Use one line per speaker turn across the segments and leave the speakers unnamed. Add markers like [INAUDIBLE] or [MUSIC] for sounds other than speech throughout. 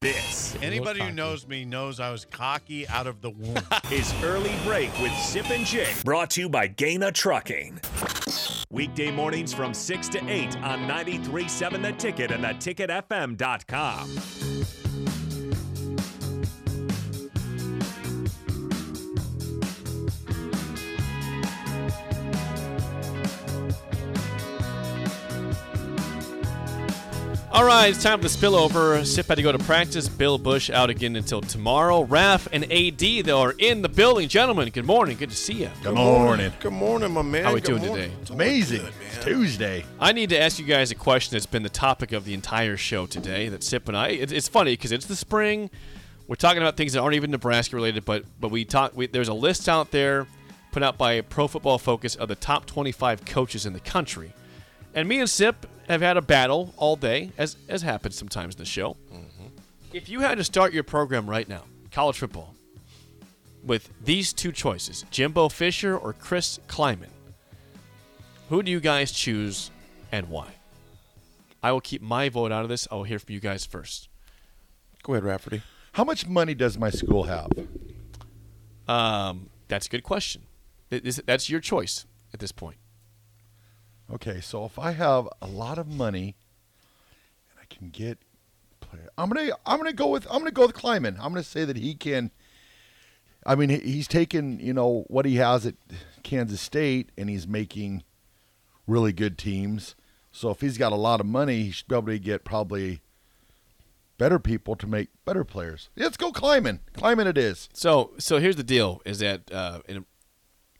this
Anybody who knows me knows I was cocky out of the womb.
is Early Break with Sip and Jake, brought to you by Gaina Trucking. Weekday mornings from 6 to 8 on 93.7 The Ticket and theticketfm.com.
All right, it's time for the spillover. Sip had to go to practice. Bill Bush out again until tomorrow. Raf and AD, though, are in the building. Gentlemen, good morning. Good to see you.
Good morning.
Good morning, my man.
How we
Good
doing
morning.
today?
It's
Amazing.
good, man.
It's Tuesday.
I need to ask you guys a question that's been the topic of the entire show today. That Sip and I. It, it's funny because it's the spring. We're talking about things that aren't even Nebraska related, but but we talk. We, there's a list out there put out by Pro Football Focus of the top 25 coaches in the country, and me and Sip have had a battle all day, as as happens sometimes in the show. If you had to start your program right now, college football, with these two choices, Jimbo Fisher or Chris Kleiman, who do you guys choose and why? I will keep my vote out of this. I will hear from you guys first.
Go ahead, Rafferty.
How much money does my school have?
Um, that's a good question. Th- this- That's your choice at this point.
Okay, so if I have a lot of money and I can get player, I'm gonna I'm gonna go with I'm gonna go with Kleiman. I'm gonna say that he can. I mean, he- he's taken you know what he has at Kansas State, and he's making really good teams. So if he's got a lot of money, he should be able to get probably better people to make better players. Let's go Kleiman. Kleiman it is.
So, so here's the deal: is that uh, in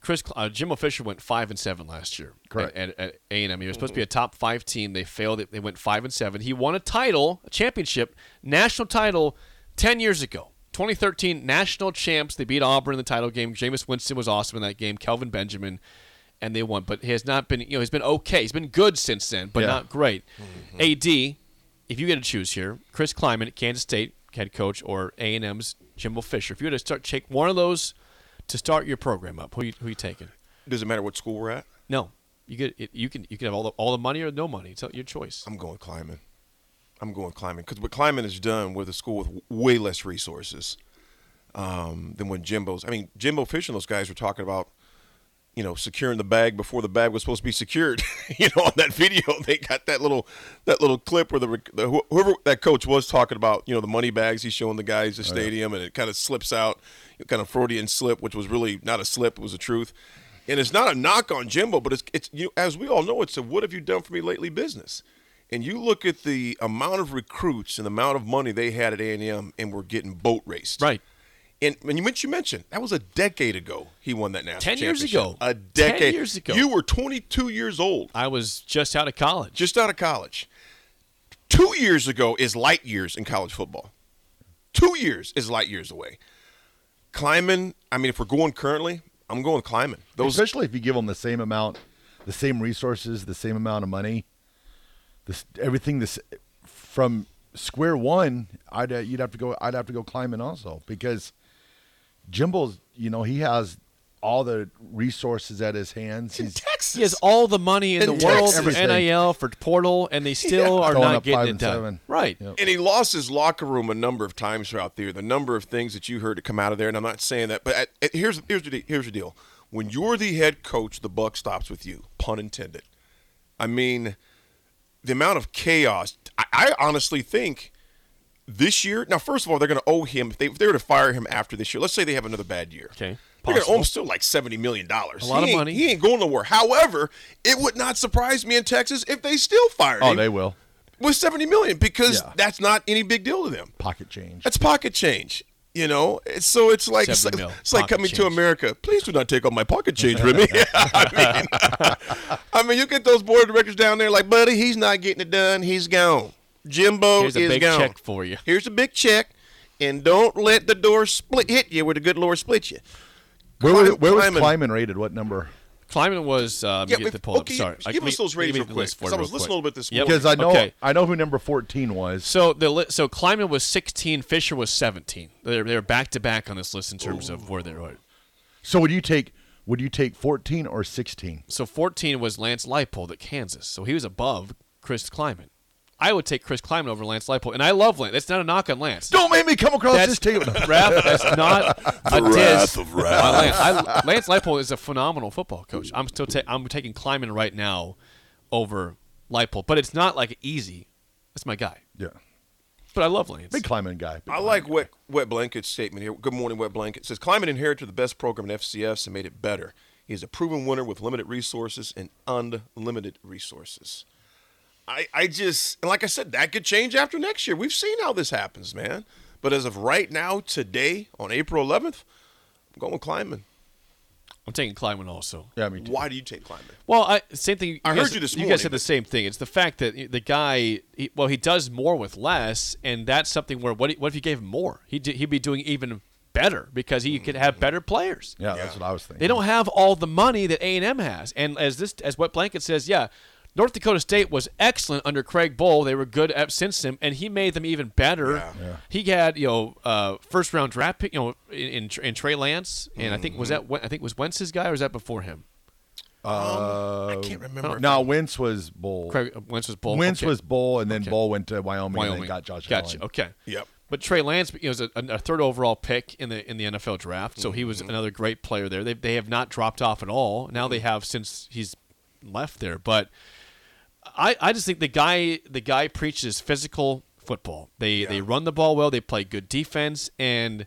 Chris Cl- uh, Jimbo Fisher went five and seven last year. uh,
Correct. Mm-hmm.
At A and M, he was supposed to be a top five team. They failed. it. They went five and seven. He won a title, a championship, national title, ten years ago. 2013 national champs. They beat Auburn in the title game. Jameis Winston was awesome in that game. Kelvin Benjamin, and they won. But he has not been. You know, he's been okay. He's been good since then, but
Yeah. Mm-hmm.
not great. AD, if you get to choose here, Chris Kleiman at Kansas State head coach or A and M's Jimbo Fisher. If you had to start take one of those to start your program up, who you, who you taking?
Doesn't matter what school we're at.
No, you get it, you can you can have all the all the money or no money. It's your choice.
I'm going climbing. I'm going climbing because what climbing has done with a school with w- way less resources um, than when Jimbo's. I mean, Jimbo Fisher and those guys were talking about, you know, securing the bag before the bag was supposed to be secured. [LAUGHS] you know, on that video, [LAUGHS] they got that little that little clip where the, rec- the wh- whoever that coach was talking about, you know, the money bags he's showing the guys the stadium, and it kind of slips out, kind of Freudian slip, which was really not a slip, it was the truth. And it's not a knock on Jimbo, but it's it's you as we all know, it's a what have you done for me lately business. And you look at the amount of recruits and the amount of money they had at A and M, and were getting boat raced.
Right.
And when you mentioned, you mentioned that was a decade ago he won that national
10 years
championship.
ago.
A
10
decade.
years ago.
You were 22 years old,
I was just out of college.
just out of college. Two years ago is light years in college football. Two years is light years away. Climbing, I mean, if we're going currently, I'm going climbing. Those
especially if you give them the same amount, the same resources, the same amount of money, this everything this from square one. I'd uh, you'd have to go. I'd have to go climbing also because Jimbo's. You know he has all the resources at his hands.
in
He's
Texas.
He has all the money in,
In
the world
Texas.
for NIL for portal, and they still are
Throwing
not
up five
getting it
and
done.
seven.
Right.
Yep.
and he lost his locker room a number of times throughout the year. The number of things that you heard to come out of there, and I'm not saying that, but at, at- here's here's the de- here's the deal. When you're the head coach, the buck stops with you. Pun intended. I mean, the amount of chaos. I, I honestly think this year. Now, first of all, they're going to owe him if they, if they were to fire him after this year. Let's say they have another bad year.
Okay,
They're going to owe him
possible.
still like seventy million dollars.
A lot of money.
He ain't going nowhere. However, it would not surprise me in Texas if they still fired
oh,
him
they will
with 70 million because
Yeah.
that's not any big deal to them.
pocket change.
That's pocket change. You know, It's- so it's like it's
70
like,
mil,
it's like
pocket
coming to
change.
America. Please do not take all my pocket change from me.
[LAUGHS]
[LAUGHS] I, mean, [LAUGHS] I mean, you get those board of directors down there, like, buddy, he's not getting it done. He's gone. Jimbo
Here's a
is
big
gone.
check for you.
Here's a big check, and don't let the door split hit you where the good Lord split you.
where was, where was
Kleiman-
Kleiman rated? What number?
Climbing was. Um,
Yeah,
get
but-
the pull
okay,
up. Sorry.
give
I-
us those
let me- let me
ratings real
do
quick,
this for
'cause
you
I was
real
listening
quick.
a little bit this
Yep.
morning.
Because I know
Okay.
I know who number fourteen was.
So the li- so Kleiman was 16, Fisher was 17. They're they're back to back on this list in terms of where they're. at.
so would you take would you take fourteen or sixteen?
So 14 was Lance Leipold at Kansas. So he was above Chris Kleiman. I would take Chris Kleiman over Lance Leipold, and I love Lance. That's not a knock on Lance.
Don't make me come across this table.
Raph, that's not a diss
wrath of
on Lance. I, Lance Leipold is a phenomenal football coach. I'm still ta- I'm taking Kleiman right now over Leipold, but it's not like easy. That's my guy,
[LAUGHS] Yeah,
but I love Lance.
big climbing guy.
I like Wet, Wet Blanket's statement here. Good morning, Wet Blanket. It says Climate inherited the best program in FCS and made it better. He is a proven winner with limited resources and unlimited resources. I, I just, and like I said, that could change after next year. We've seen how this happens, man. But as of right now, today, on April 11th, I'm going with Kleiman.
I'm taking Kleiman also.
Yeah, me too.
Why do you take Kleiman?
Well, I, same thing.
I
guys,
heard you this
You
morning,
guys said the
but-
same thing. It's the fact that the guy, he, well, he does more with less, and that's something where what, what if you gave him more? He'd, do- he'd be doing even better because
Mm-hmm.
he could have better players.
Yeah, that's what I was thinking.
They don't have all the money that A and M has, and as this as Wet Blanket says, yeah, North Dakota State was excellent under Craig Bowl. They were good at since him, and he made them even better. He had you know uh, first round draft pick, you know, in, in, in Trey Lance, and I think
Mm-hmm.
was that Wen- I think was Wentz's guy or was that before him?
I can't
Uh,
remember.
No, Wentz was bull.
Craig uh, Wentz was Bowl.
Wentz
Okay.
was bull, and then Bull went to Wyoming, and
Wyoming.
then got Josh
Gotcha.
Allen.
Okay.
Yep.
But Trey Lance you know, was a, a third overall pick in the in the NFL draft, so he was another great player there. They they have not dropped off at all. Now they have since he's left there, but I, I just think the guy the guy preaches physical football. They they run the ball well. They play good defense, and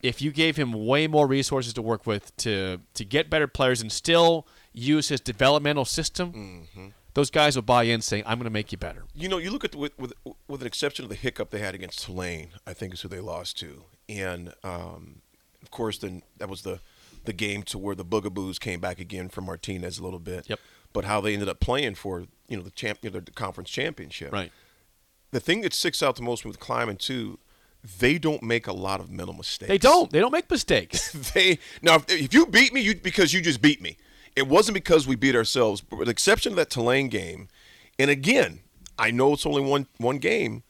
if you gave him way more resources to work with to to get better players and still use his developmental system, those guys will buy in, saying, "I'm going to make you better."
You know, you look at the, with, with with an exception of the hiccup they had against Tulane, I think is who they lost to, and um, of course, then that was the the game to where the Boogaboos came back again from Martinez a little bit.
Yep.
But how they ended up playing for you know the champ, you know, the conference championship.
Right.
The thing that sticks out the most with climbing too, they don't make a lot of mental mistakes.
They don't. They don't make
[LAUGHS]
mistakes.
they now if, if you beat me you because you just beat me it wasn't because we beat ourselves but with the exception of that Tulane game and again I know it's only one one game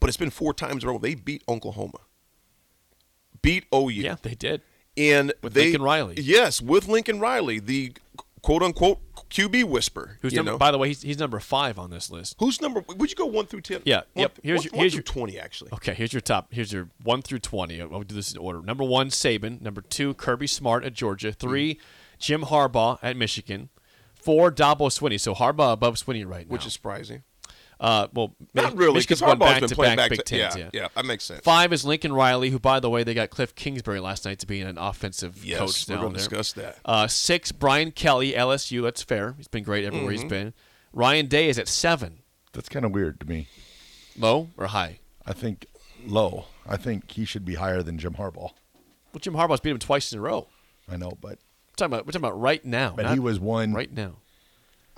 but it's been four times in a row they beat Oklahoma beat OU
yeah, they did.
and
With
they,
Lincoln Riley.
yes with Lincoln Riley the quote unquote QB whisper
Who's
you
number,
know?
by the way, he's, he's number five on this list.
who's number would you go one through ten
Yeah,
One-
yep. Here's
one-
your-
one
here's
through
your- Oh,
20 actually
Okay, here's your top. Here's your one through twenty. I'll I'll do this in order. Number one, Saban. Number two, Kirby Smart at Georgia. 3
Hmm.
Jim Harbaugh at Michigan. Four, Dabo Swinney. So Harbaugh above Swinney right now.
which is surprising
uh, well,
not
Mi-
really
Michigan's
because
won
Harbaugh's
back
been
to
playing
back
back
Big
to-
Tens.
yeah, yeah that makes sense
Five is Lincoln Riley, who, by the way, they got Cliff Kingsbury last night to be an offensive
Yes,
coach
we're
down
gonna
there.
discuss that.
Uh, six, Brian Kelly, LSU. That's fair. He's been great everywhere
Mm-hmm.
he's been. Ryan Day is at seven.
That's kind of weird to me.
Low or high?
I think low. I think he should be higher than Jim Harbaugh.
Well, Jim Harbaugh's beat him twice in a row.
I know, but
We're talking about, we're talking about right now.
but
not
he was one.
right now.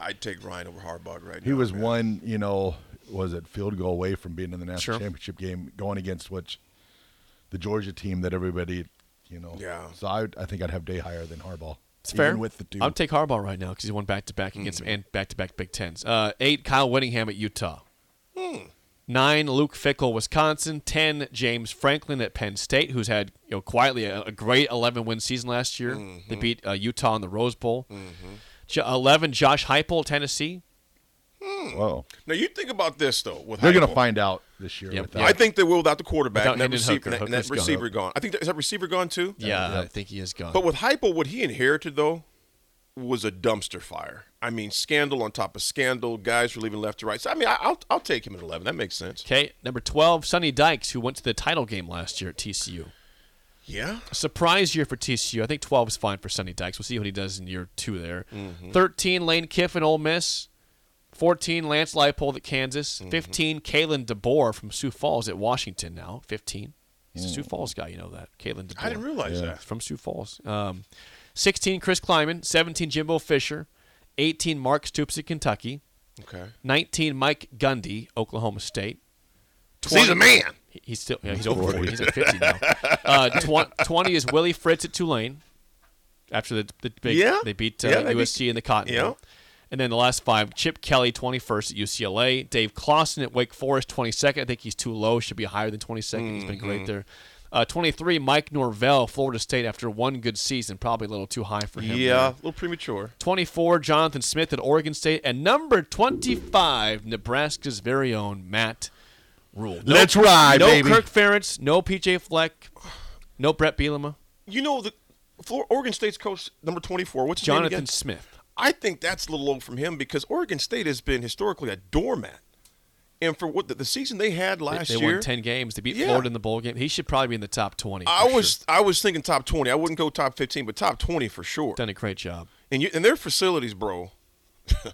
I'd take Ryan over Harbaugh right now
He was
man.
one. You know, was it field goal away from being in the national
Sure.
championship game, going against which the Georgia team that everybody, you know.
Yeah.
So I, I think I'd have Day higher than Harbaugh.
It's fair.
Even with the Mm-hmm. two.
I'll take Harbaugh right now because he won back to back against him and back to back Big Tens. Uh, eight, Kyle Winningham at Utah.
Hmm.
Nine, Luke Fickle, Wisconsin. Ten, James Franklin at Penn State, who's had you know quietly a, a great 11 win season last year. They
Mm-hmm.
beat uh, Utah in the Rose Bowl. Jo- Eleven, Josh Heupel, Tennessee.
Hmm.
Whoa.
Now you think about this though. With
They're going
Heupel.
to find out this year.
Yep.
With that.
Yeah.
I think they will without the quarterback.
Without
and that
Hendon
receiver,
Hooker.
and that- and that
Hooker's gone.
receiver gone. I think that, is that receiver gone too.
Yeah, I think he is gone.
But with Hypo, what he inherited though was a dumpster fire. I mean, scandal on top of scandal. Guys were leaving left to right. So I mean, I, I'll I'll take him at eleven. That makes sense.
okay, number 12, Sonny Dykes, who went to the title game last year at TCU.
Yeah.
surprise year for TCU. I think 12 is fine for Sonny Dykes. We'll see what he does in year two there.
Mm-hmm.
13, Lane Kiffin, Ole Miss. 14, Lance Leipold at Kansas.
Mm-hmm.
15, Kalen DeBoer from Sioux Falls at Washington now. 15. He's a Sioux Falls guy, you know that. Kalen DeBoer.
I didn't realize
He's from Sioux Falls. Um, 16, Chris Kleiman. 17, Jimbo Fisher. 18, Mark Stoops at Kentucky.
that. Okay.
19, Mike Gundy, Oklahoma State.
He's a man.
He- He's still yeah, he's over 40. He's at 50 now. Uh, tw- 20 is Willie Fritz at Tulane after the, the big
Yeah.
they beat uh,
Yeah, they
USC in the Cotton
Yeah.
Bowl. And then the last five, Chip Kelly 21st at
Mm-hmm.
UCLA, Dave Clausen at Wake Forest 22nd. I think he's too low, should be higher than 22nd. He's been great there. Uh, 23, Mike Norvell, Florida State, after one good season, probably a little too high for him.
yeah,
there.
a little premature.
24, Jonathan Smith at Oregon State. And number 25, Nebraska's very own Matt Rule. No,
Let's ride,
no
baby.
Kirk Ferentz, no PJ Fleck, no Brett Bielema,
You know the Flor- Oregon State's coach number twenty four. What's his name
Jonathan
again?
Smith.
I think that's a little low from him because Oregon State has been historically a doormat, and for what the, the season they had
They-
last
they
year,
won 10 games. They beat
Yeah.
Florida in the bowl game. He should probably be in the top 20.
I
for
was
sure.
I was thinking top twenty. I wouldn't go top fifteen, but top twenty for sure.
done a great job.
And you and their facilities, bro, [LAUGHS]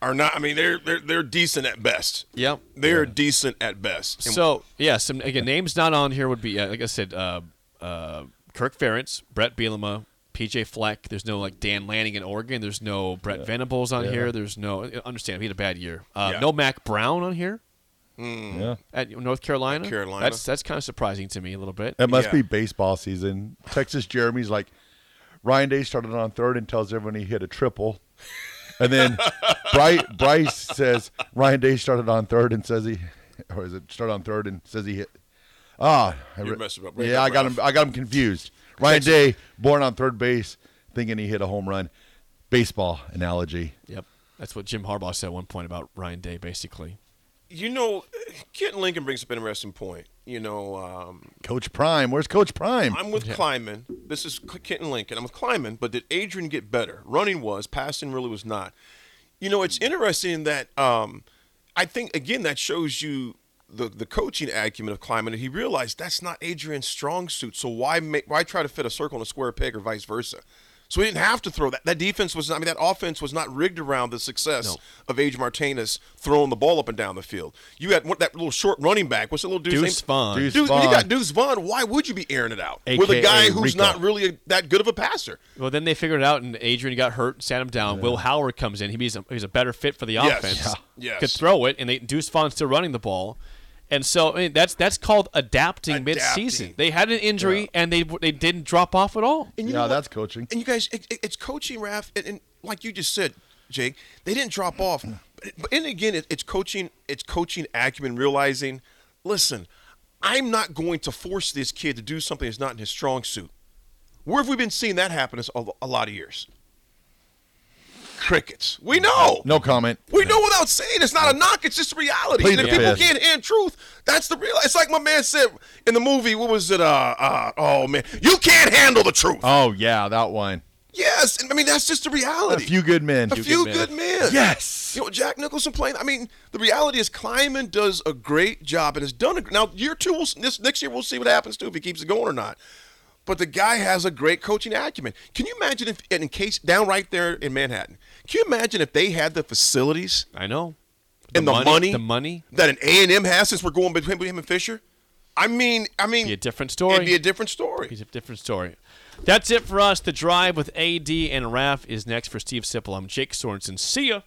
are not. I mean, they're they're they're decent at best.
Yep.
They're decent at best. And
So yeah, some again names not on here would be uh, like I said, uh, uh, Kirk Ferentz, Brett Bielema, PJ Fleck. There's no like Dan Lanning in Oregon. There's no Brett Venables on here. There's no understand he had a bad year. Uh,
Yeah. Hmm.
No Mac Brown on here
Yeah.
at North Carolina.
Carolina.
That's that's kind of surprising to me a little bit.
That must
Yeah.
be baseball season. Texas Jeremy's like Ryan Day started on third and tells everyone he hit a triple.
[LAUGHS]
And then Bryce, Bryce says Ryan Day started on third and says he or is it started on third and says he hit Ah, I
You're
re-
messing up.
Yeah, I got him I got him confused.
[LAUGHS]
Ryan Day born on third base thinking he hit a home run. Baseball analogy.
Yep. That's what Jim Harbaugh said at one point about Ryan Day, basically.
you know, Kent Lincoln brings up an interesting point. You know, um,
Coach Prime, where's Coach Prime?
I'm with Kleiman. This is K- Kenton Lincoln. I'm with Kleiman, but did Adrian get better? Running was, passing really was not. You know, it's interesting that um, I think again that shows you the the coaching acumen of Kleiman. He realized that's not Adrian's strong suit. So why make, why try to fit a circle in a square peg or vice versa? So he didn't have to throw that. That defense was not. I mean, that offense was not rigged around the success
No.
of Adrian Martinez throwing the ball up and down the field. You had what, that little short running back. What's the little dude's
Deuce
name?
Vaughn.
Deuce
Dude, when you got
Vaughn.
Deuce Vaughn, why would you be airing it out with a
AKA
guy who's
Rico.
not really a, that good of a passer?
Well, then they figured it out, and Adrian got hurt, sat him down. Will Howard comes in. He means he's a better fit for the
Yes.
offense.
Yeah. Yes.
Could throw it, and they, Deuce Vaughn's still running the ball. And so I mean, that's that's called adapting,
Adapting.
mid-season. They had an injury, and they they didn't drop off at all.
And you know
yeah,
what?
that's coaching.
And you guys, it, it- it's coaching, Raf, and, and like you just said, Jake, they didn't drop off. But, but and again, it, it's coaching. It's coaching acumen, realizing, listen, I'm not going to force this kid to do something that's not in his strong suit. Where have we been seeing that happen this- a, a lot of years? Crickets. We know.
No comment.
We know without saying it's not a knock, it's just reality.
Plead
and if
the
people
fifth.
can't hand truth, that's the real it's like my man said in the movie, what was it? Uh, uh oh man, you can't handle the truth.
Oh yeah, that one.
yes, and I mean that's just the
A
reality.
few good men.
A few good men.
Yes.
You know, Jack Nicholson playing. I mean, the reality is Kleiman does a great job and has done a, now. Year two, we'll, this next year, we'll see what happens too if he keeps it going or not. But the guy has a great coaching acumen. Can you imagine if, and in case down right there in Manhattan, can you imagine if they had the facilities
I know.
And the money?
the money,
that an A and M has since we're going between him and Fisher? I mean, I mean,
Be a different story.
It'd be a different story.
It's a different story. That's it for us. The drive with AD and Raf is next for Steve Sipple. I'm Jake Sorensen. See ya.